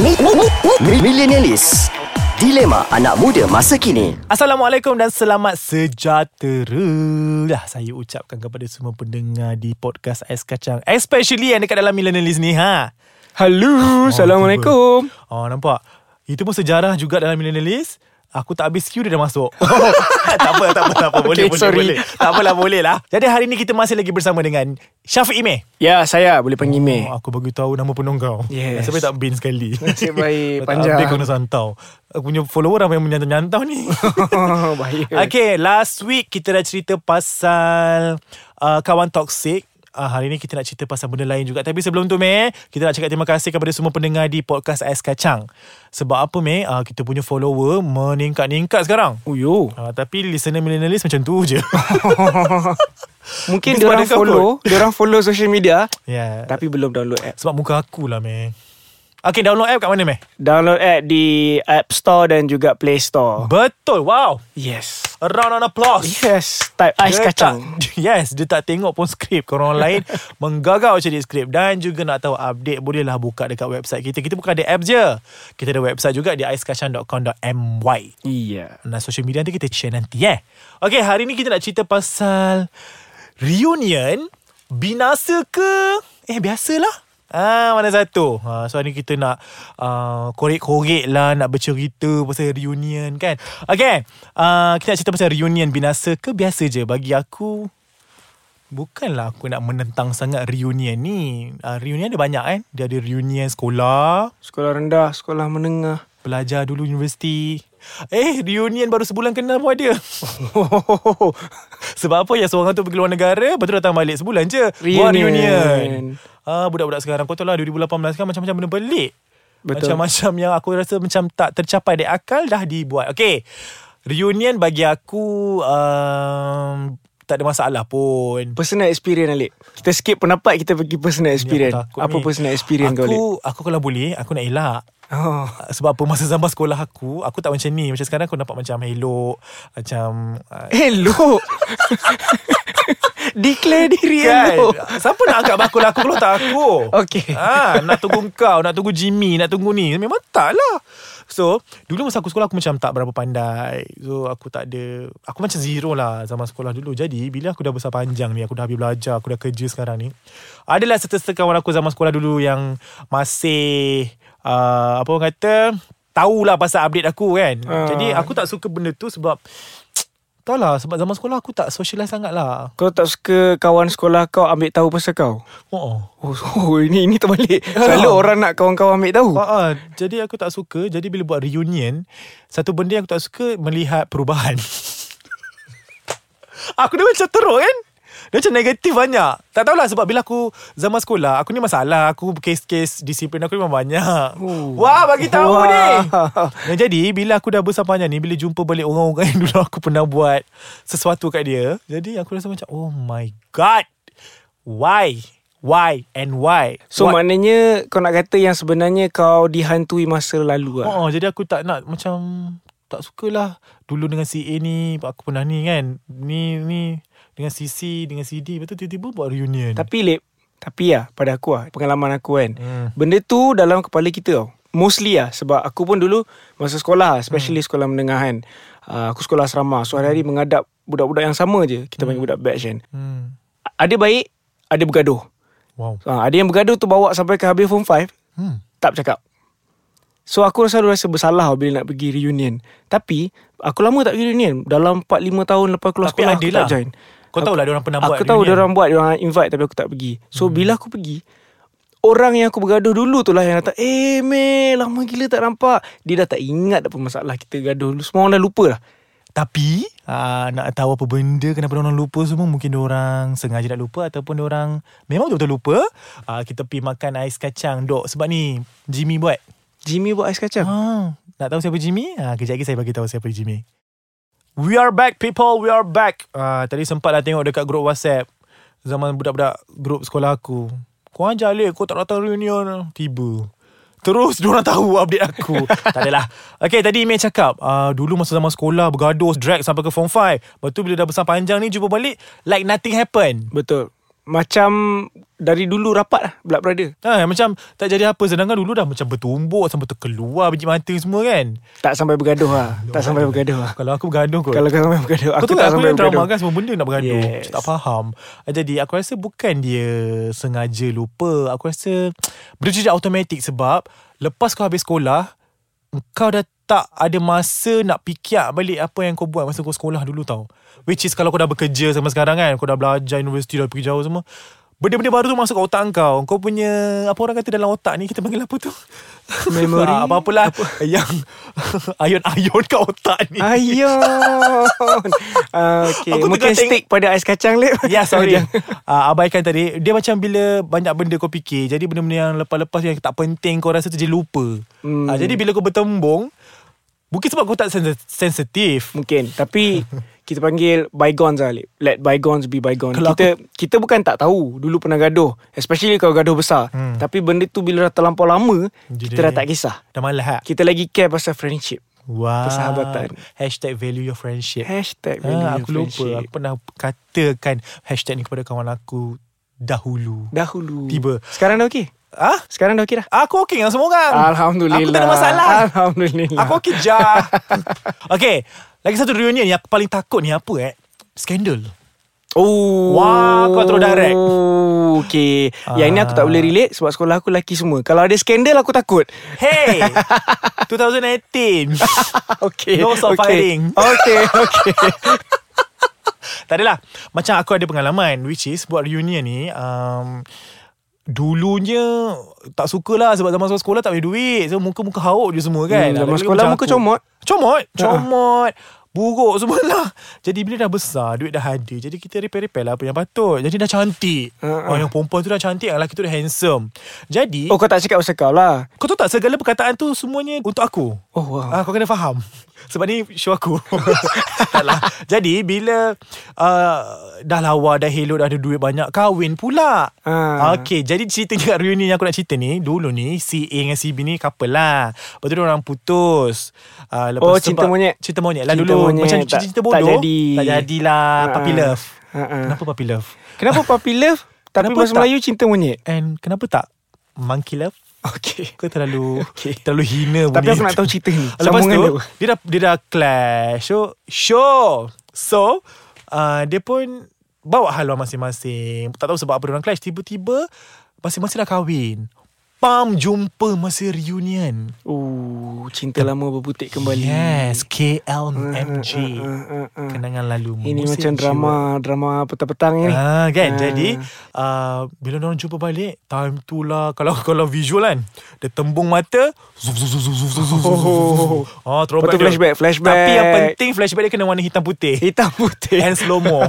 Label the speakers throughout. Speaker 1: Mi- mi- mi- mi- Millenialis Dilema anak muda masa kini
Speaker 2: Assalamualaikum dan selamat sejahtera Dah saya ucapkan kepada semua pendengar di podcast Ais Kacang Especially yang dekat dalam millennialis ni ha
Speaker 3: Hello, oh, Assalamualaikum.
Speaker 2: Oh nampak Itu pun sejarah juga dalam millennialis Aku tak habis queue dia dah masuk Oh, Tak apa, tak apa, tak apa Boleh,
Speaker 3: Okay,
Speaker 2: boleh,
Speaker 3: sorry.
Speaker 2: boleh Tak apalah, boleh lah Jadi hari ni kita masih lagi bersama dengan Syafiq Imeh
Speaker 3: Ya, saya boleh panggil Mei.
Speaker 2: Oh, aku bagi tahu nama penuh kau.
Speaker 3: Yes.
Speaker 2: Nasib baik tak bin sekali.
Speaker 3: Nasib
Speaker 2: Kalau
Speaker 3: baik,
Speaker 2: tak
Speaker 3: panjang.
Speaker 2: Update kau kena santau. Aku punya follower apa yang menyantau-nyantau ni.
Speaker 3: Bahaya.
Speaker 2: Okay, last week kita dah cerita pasal uh, kawan toksik. Uh, hari ni kita nak cerita pasal benda lain juga Tapi sebelum tu Meh Kita nak cakap terima kasih kepada semua pendengar di podcast Ais Kacang Sebab apa Meh uh, Kita punya follower meningkat-ningkat sekarang
Speaker 3: Uyo.
Speaker 2: uh, Tapi listener millennialist macam tu je Miss
Speaker 3: Mungkin dia orang
Speaker 2: Madam
Speaker 3: follow, dia orang follow social media
Speaker 2: yeah.
Speaker 3: tapi belum download
Speaker 2: Ya.
Speaker 3: app.
Speaker 2: Sebab muka aku lah Meh Okay download app kat mana Meh?
Speaker 3: Download app di App Store dan juga Play Store.
Speaker 2: Betul wow
Speaker 3: Yes.
Speaker 2: A round of applause
Speaker 3: Yes, type ais
Speaker 2: Dia
Speaker 3: kacang.
Speaker 2: tak, Yes Dia tak tengok pun skrip Korang orang lain Menggagau cari skrip Dan juga nak tahu update Bolehlah buka dekat website kita Kita bukan ada apps je Kita ada website juga Di aiskacang.com.my
Speaker 3: Iya.
Speaker 2: Nah social media nanti kita share nanti eh Okay hari ni kita nak cerita pasal Reunion Binasa ke Eh biasalah Ah mana satu ha, So hari ni kita nak uh, Korek-korek lah Nak bercerita Pasal reunion kan Okay uh, Kita nak cerita pasal reunion Binasa ke biasa je Bagi aku Bukanlah aku nak menentang sangat reunion ni uh, Reunion ada banyak kan Dia ada reunion sekolah
Speaker 3: Sekolah rendah, sekolah menengah.
Speaker 2: Belajar dulu universiti Eh reunion baru sebulan kenal pun ada Sebab apa yang seorang tu pergi luar negara Lepas tu datang balik sebulan je Buat
Speaker 3: Reunion.
Speaker 2: reunion ah, Budak-budak sekarang Kau tahu lah 2018 kan macam-macam benda pelik
Speaker 3: Betul.
Speaker 2: Macam-macam yang aku rasa macam tak tercapai di akal Dah dibuat Okay Reunion bagi aku um, Tak ada masalah pun
Speaker 3: Personal experience Alik. Kita skip pendapat, kita pergi personal
Speaker 2: Ni
Speaker 3: experience.
Speaker 2: aku takut
Speaker 3: Apa
Speaker 2: ni.
Speaker 3: personal experience
Speaker 2: aku,
Speaker 3: kau Alik?
Speaker 2: Aku kalau boleh Aku nak elak
Speaker 3: Oh.
Speaker 2: sebab apa masa zaman sekolah aku Aku tak macam ni Macam sekarang aku nampak macam elok Macam uh,
Speaker 3: Hello. Declare diri hello.
Speaker 2: Kan? Siapa nak angkat bakul aku Kalau tak aku
Speaker 3: Okey.
Speaker 2: ha, Nak tunggu kau Nak tunggu Jimmy Nak tunggu ni Memang tak lah So Dulu masa aku sekolah Aku macam tak berapa pandai So aku tak ada Aku macam zero lah Zaman sekolah dulu Jadi bila aku dah besar panjang ni Aku dah habis belajar Aku dah kerja sekarang ni Adalah serta-serta kawan aku Zaman sekolah dulu Yang masih uh, Apa orang kata Tahulah pasal update aku kan uh.
Speaker 3: Ah.
Speaker 2: Jadi aku tak suka benda tu sebab Tahu lah sebab zaman sekolah aku tak socialize sangat lah
Speaker 3: Kau tak suka kawan sekolah kau ambil tahu pasal kau?
Speaker 2: Oh, oh.
Speaker 3: Oh, oh ini ini terbalik. Selalu orang nak kawan kau ambil tahu.
Speaker 2: Uh, uh, jadi aku tak suka Jadi bila buat reunion Satu benda yang aku tak suka Melihat perubahan Aku dah macam teruk kan Dia macam negatif banyak Tak tahulah sebab bila aku Zaman sekolah Aku ni masalah Aku kes-kes disiplin aku memang banyak
Speaker 3: Oh.
Speaker 2: Wah bagi tahu
Speaker 3: Wah.
Speaker 2: ni Dan jadi bila aku dah besar panjang ni Bila jumpa balik orang-orang yang dulu aku pernah buat Sesuatu kat dia Jadi aku rasa macam Oh my god Why Why and why
Speaker 3: So
Speaker 2: What
Speaker 3: maknanya kau nak kata yang sebenarnya kau dihantui masa lalu lah.
Speaker 2: Oh, jadi aku tak nak macam tak sukalah dulu dengan si A ni aku pernah ni kan. Ni ni dengan si C, dengan si D. Lepas tu tiba-tiba buat reunion.
Speaker 3: Tapi Lip, tapi lah pada aku lah, pengalaman aku kan.
Speaker 2: Hmm.
Speaker 3: Benda tu dalam kepala kita tau. Mostly lah sebab aku pun dulu masa sekolah, especially sekolah menengah kan. Uh, aku sekolah asrama. So hari-hari mengadap budak-budak yang sama je. Kita panggil budak batch kan.
Speaker 2: Hmm.
Speaker 3: Ada baik, ada bergaduh.
Speaker 2: Wow.
Speaker 3: Ha, ada yang bergaduh tu bawa sampai ke habis form 5
Speaker 2: Hmm.
Speaker 3: Tak bercakap So aku selalu rasa bersalah Bila nak pergi reunion Tapi Aku lama tak pergi reunion Dalam 4-5 tahun lepas keluar
Speaker 2: Tapi ada
Speaker 3: sekolah Aku
Speaker 2: lah.
Speaker 3: tak join
Speaker 2: Kau tahu lah dia orang pernah buat
Speaker 3: Aku tahu
Speaker 2: reunion.
Speaker 3: dia orang buat Dia orang invite Tapi aku tak pergi So hmm. bila aku pergi Orang yang aku bergaduh dulu tu lah Yang datang Eh meh Lama gila tak nampak Dia dah tak ingat apa masalah Kita gaduh dulu Semua orang dah lupa lah
Speaker 2: Tapi uh, nak tahu apa benda kenapa orang lupa semua mungkin orang sengaja nak lupa ataupun orang memang betul-betul lupa. Uh, kita pergi makan ais kacang dok sebab ni Jimmy buat.
Speaker 3: Jimmy buat ais kacang
Speaker 2: Ah, nak tahu siapa Jimmy? Ah, kejap lagi saya bagi tahu siapa Jimmy. We are back people, we are back. Ah, tadi sempat lah tengok dekat grup WhatsApp zaman budak-budak grup sekolah aku. Kau ajar Alif, kau tak datang reunion. Tiba. Terus diorang tahu update aku Tak adalah Okay tadi Imeh cakap uh, Dulu masa zaman sekolah Bergaduh Drag sampai ke form 5 Lepas tu bila dah besar panjang ni Jumpa balik Like nothing happen
Speaker 3: Betul Macam Dari dulu rapat lah Blood brother
Speaker 2: Ha, macam tak jadi apa Sedangkan dulu dah macam bertumbuk Sampai terkeluar biji mata semua kan
Speaker 3: Tak sampai bergaduh lah Tak sampai bergaduh lah
Speaker 2: Kalau aku bergaduh kot
Speaker 3: Kalau kau sampai bergaduh
Speaker 2: Kau
Speaker 3: Aku
Speaker 2: tahu
Speaker 3: tak
Speaker 2: tak aku
Speaker 3: sampai
Speaker 2: yang drama
Speaker 3: bergaduh
Speaker 2: kan Semua benda nak bergaduh yes.
Speaker 3: Yes.
Speaker 2: Tak faham Eh, Jadi aku rasa bukan dia Sengaja lupa Aku rasa Benda tu jadi automatik Sebab Lepas kau habis sekolah Kau dah tak ada masa Nak fikir balik Apa yang kau buat Masa kau sekolah dulu tau Which is kalau kau dah bekerja Sama sekarang kan Kau dah belajar Universiti dah pergi jauh semua Benda-benda baru tu masuk ke otak kau Kau punya Apa orang kata dalam otak ni Kita panggil apa tu
Speaker 3: Memory?
Speaker 2: Ah, Apa-apalah Yang Ayun-ayun kat otak ni
Speaker 3: Ah, Ayun uh, okay.
Speaker 2: Aku
Speaker 3: Mungkin
Speaker 2: tengah tengok-
Speaker 3: stick pada ais kacang lep
Speaker 2: Ya sorry uh, Abaikan tadi Dia macam bila Banyak benda kau fikir Jadi benda-benda yang lepas-lepas Yang tak penting Kau rasa tu je lupa hmm.
Speaker 3: Hmm.
Speaker 2: uh, Jadi bila kau bertembung Mungkin sebab kau tak sen- sensitif
Speaker 3: Mungkin Tapi Kita panggil Bygones lah Lip. Let bygones be bygones
Speaker 2: Kalau
Speaker 3: Kita kita bukan tak tahu Dulu pernah gaduh Especially kalau gaduh besar
Speaker 2: Hmm.
Speaker 3: Tapi benda tu Bila dah terlampau lama
Speaker 2: Jadi-
Speaker 3: Kita dah tak kisah
Speaker 2: Dah malah ha?
Speaker 3: Kita lagi care pasal friendship
Speaker 2: Wow
Speaker 3: Persahabatan.
Speaker 2: Hashtag value your friendship
Speaker 3: Hashtag
Speaker 2: ha,
Speaker 3: value
Speaker 2: Aku lupa
Speaker 3: friendship.
Speaker 2: Aku pernah katakan Hashtag ni kepada kawan aku Dahulu
Speaker 3: Dahulu
Speaker 2: Tiba.
Speaker 3: Sekarang dah okey
Speaker 2: Ah,
Speaker 3: Sekarang dah okey dah
Speaker 2: Aku okey dengan semua orang
Speaker 3: Alhamdulillah
Speaker 2: Aku tak ada masalah
Speaker 3: Alhamdulillah
Speaker 2: Aku okey je Okay Lagi satu reunion yang aku paling takut ni apa eh Skandal
Speaker 3: Oh
Speaker 2: Wah, kau terus direct.
Speaker 3: Okay Yang ini aku
Speaker 2: Ah.
Speaker 3: tak boleh relate Sebab sekolah aku lelaki semua Kalau ada skandal aku takut
Speaker 2: Hey 2018
Speaker 3: Okay
Speaker 2: No stop
Speaker 3: okay.
Speaker 2: fighting.
Speaker 3: Okay Okay
Speaker 2: Tak adalah Macam aku ada pengalaman Which is Buat reunion ni um, Dulunya Tak sukalah Sebab zaman sekolah tak ada duit So muka-muka hauk je semua kan
Speaker 3: Hmm, zaman
Speaker 2: Lagi-lagi
Speaker 3: sekolah
Speaker 2: macam
Speaker 3: muka
Speaker 2: aku.
Speaker 3: comot. Ha.
Speaker 2: Comot Comot Buruk semua lah Jadi bila dah besar Duit dah ada Jadi kita repair-repair lah Apa yang patut Jadi dah cantik
Speaker 3: Ha, ha.
Speaker 2: oh, Yang perempuan tu dah cantik Yang lelaki tu dah handsome Jadi
Speaker 3: Oh kau tak cakap pasal kau lah
Speaker 2: Kau tahu tak segala perkataan tu Semuanya untuk aku
Speaker 3: Oh wow
Speaker 2: Ah, kau kena faham Sebab ni show aku Taklah Jadi bila uh, Dah lawa Dah helot Dah ada duit banyak Kahwin pula
Speaker 3: Ah.
Speaker 2: Okay Jadi ceritanya kat reunion Yang aku nak cerita ni Dulu ni Si A dengan si B ni Couple lah Lepas tu orang putus uh,
Speaker 3: Oh, cinta
Speaker 2: sebab-
Speaker 3: monyet.
Speaker 2: Cinta monyet lah
Speaker 3: Cinta
Speaker 2: dulu
Speaker 3: monyet.
Speaker 2: Macam
Speaker 3: Tak-
Speaker 2: cerita
Speaker 3: tak
Speaker 2: bodoh
Speaker 3: jadi.
Speaker 2: Tak jadilah
Speaker 3: Ah,
Speaker 2: Puppy
Speaker 3: ah.
Speaker 2: love
Speaker 3: Ah, ah.
Speaker 2: Kenapa puppy love
Speaker 3: Kenapa puppy love Tapi
Speaker 2: Kenapa
Speaker 3: bahasa
Speaker 2: tak?
Speaker 3: Melayu cinta monyet
Speaker 2: And kenapa tak Monkey love
Speaker 3: Okay
Speaker 2: Kau terlalu Terlalu hina
Speaker 3: Tapi
Speaker 2: bunyi
Speaker 3: aku nak
Speaker 2: tu.
Speaker 3: tahu cerita ni
Speaker 2: Lepas
Speaker 3: Sambungan
Speaker 2: tu
Speaker 3: dia.
Speaker 2: dia dah dia dah clash. So show. So uh, dia pun bawa haluan masing-masing. Tak tahu sebab apa dia orang clash tiba-tiba masing-masing dah kahwin. Pam jumpa masa reunion.
Speaker 3: Oh, cinta lama berputik kembali.
Speaker 2: Yes, KLMG.
Speaker 3: Ah, ah, ah, ah.
Speaker 2: Kenangan lalu
Speaker 3: Ini
Speaker 2: mengusik
Speaker 3: macam
Speaker 2: jiwa.
Speaker 3: drama drama petang-petang ni.
Speaker 2: Ah, kan
Speaker 3: Ah.
Speaker 2: Jadi uh, Bila orang jumpa balik Time tu lah Kalau kalau visual kan Dia tembung mata Zuf zuf zuf zuf zuf zuf zuf, zuf, zuf. Ah, throwback
Speaker 3: Oh. Lepas tu
Speaker 2: dia.
Speaker 3: flashback, flashback.
Speaker 2: Tapi yang penting Flashback dia kena warna hitam putih
Speaker 3: Hitam putih.
Speaker 2: And slow-mo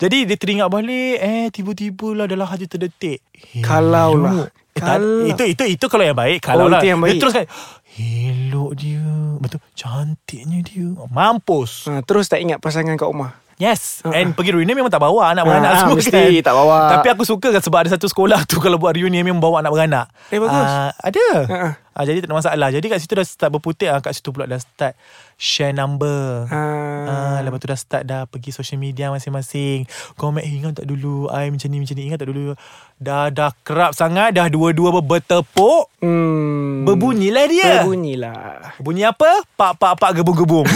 Speaker 2: Jadi dia teringat balik Eh tiba-tiba lah Dalam hati terdetik Hello.
Speaker 3: Kalau
Speaker 2: eh,
Speaker 3: lah.
Speaker 2: tak,
Speaker 3: Kalau.
Speaker 2: itu, itu itu kalau yang baik Kalau
Speaker 3: Oh,
Speaker 2: lah
Speaker 3: itu yang baik.
Speaker 2: Dia terus kan Helok dia Betul Cantiknya dia Mampus
Speaker 3: Ha, terus tak ingat pasangan kat rumah.
Speaker 2: Yes And pergi reunion memang tak bawa Anak beranak
Speaker 3: Ah,
Speaker 2: semua
Speaker 3: mesti
Speaker 2: kan
Speaker 3: tak bawa.
Speaker 2: Tapi aku suka kan Sebab ada satu sekolah tu Kalau buat reunion memang bawa anak beranak
Speaker 3: Eh, bagus.
Speaker 2: Ah, Ada
Speaker 3: Ah.
Speaker 2: Ah, Jadi tak ada masalah Jadi kat situ dah start berputik ah, Kat situ pula dah start Share number Ah,
Speaker 3: Ha.
Speaker 2: lepas tu dah start dah pergi social media masing-masing. Comment eh, ingat tak dulu I macam ni macam ni ingat tak dulu. Dah dah kerap sangat dah dua-dua ber- bertepuk.
Speaker 3: Hmm.
Speaker 2: Berbunyilah dia.
Speaker 3: Berbunyilah.
Speaker 2: Bunyi apa? Pak pak pak gebung-gebung.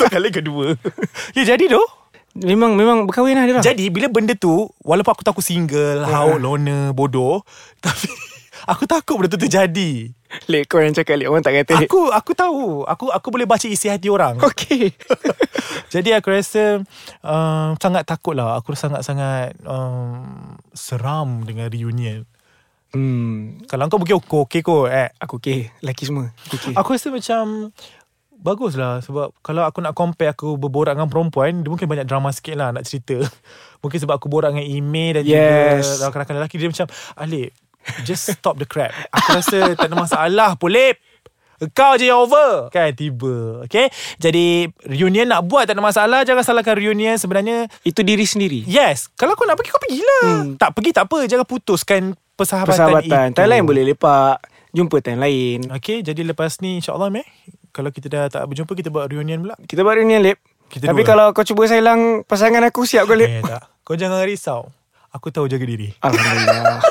Speaker 2: tu kali kedua. ya jadi tu.
Speaker 3: Memang memang berkahwin lah dia orang.
Speaker 2: Jadi bila benda tu walaupun aku tahu aku single, hauk, loner, bodoh, tapi aku takut benda tu terjadi.
Speaker 3: Lek kau yang cakap lek orang tak kata.
Speaker 2: Aku aku tahu. Aku aku boleh baca isi hati orang.
Speaker 3: Oh. Okey.
Speaker 2: Jadi aku rasa um, sangat takut lah. Aku sangat-sangat um, seram dengan reunion.
Speaker 3: hmm.
Speaker 2: Kalau kau mungkin okey okay kot eh.
Speaker 3: Aku okey. Lelaki semua. Aku okey.
Speaker 2: Aku rasa macam bagus lah sebab kalau aku nak compare aku berborak dengan perempuan dia mungkin banyak drama sikit lah nak cerita mungkin sebab aku borak dengan Ime dan
Speaker 3: Yes.
Speaker 2: juga rakan-rakan lelaki dia macam Alip just stop the crap aku rasa tak ada masalah polip kau je yang over Kan tiba Okay Jadi Reunion nak buat Tak ada masalah Jangan salahkan reunion Sebenarnya
Speaker 3: Itu diri sendiri.
Speaker 2: Yes Kalau kau nak pergi Kau pergilah hmm. Tak pergi tak apa Jangan putuskan Persahabatan,
Speaker 3: Persahabatan.
Speaker 2: itu
Speaker 3: Time lain boleh lepak. Jumpa time lain.
Speaker 2: Okay jadi lepas ni InsyaAllah meh Kalau kita dah tak berjumpa Kita buat reunion pula
Speaker 3: Kita baru ni Lip.
Speaker 2: Kita
Speaker 3: Tapi
Speaker 2: dua.
Speaker 3: kalau kau cuba sailang pasangan aku siap kau Lip.
Speaker 2: Eh tak Kau jangan risau Aku tahu jaga diri
Speaker 3: Alhamdulillah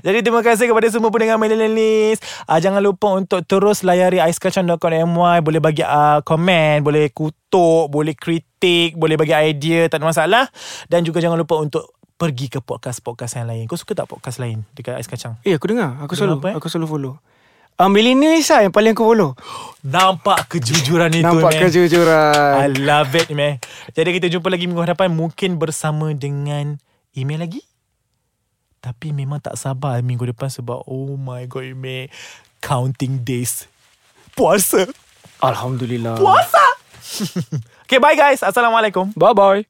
Speaker 2: Jadi terima kasih kepada semua pendengar Millennialis. Uh, jangan lupa untuk terus layari aiskacang.com.my. Boleh bagi uh, komen, boleh kutuk, boleh kritik, boleh bagi idea, tak ada masalah. Dan juga jangan lupa untuk pergi ke podcast-podcast yang lain. Kau suka tak podcast lain dekat Ais Kacang?
Speaker 3: Eh aku dengar
Speaker 2: Dengar
Speaker 3: Aku selalu
Speaker 2: apa, eh?
Speaker 3: Aku selalu follow uh, Millennials lah yang paling aku follow
Speaker 2: Nampak kejujuran itu, eh.
Speaker 3: Nampak
Speaker 2: man. I
Speaker 3: kejujuran
Speaker 2: love it, man. Jadi kita jumpa lagi minggu hadapan. Mungkin bersama dengan email lagi. Tapi memang tak sabar minggu depan sebab oh my god, email. Counting days. Puasa.
Speaker 3: Alhamdulillah
Speaker 2: Puasa. okay, bye guys. Assalamualaikum.
Speaker 3: Bye bye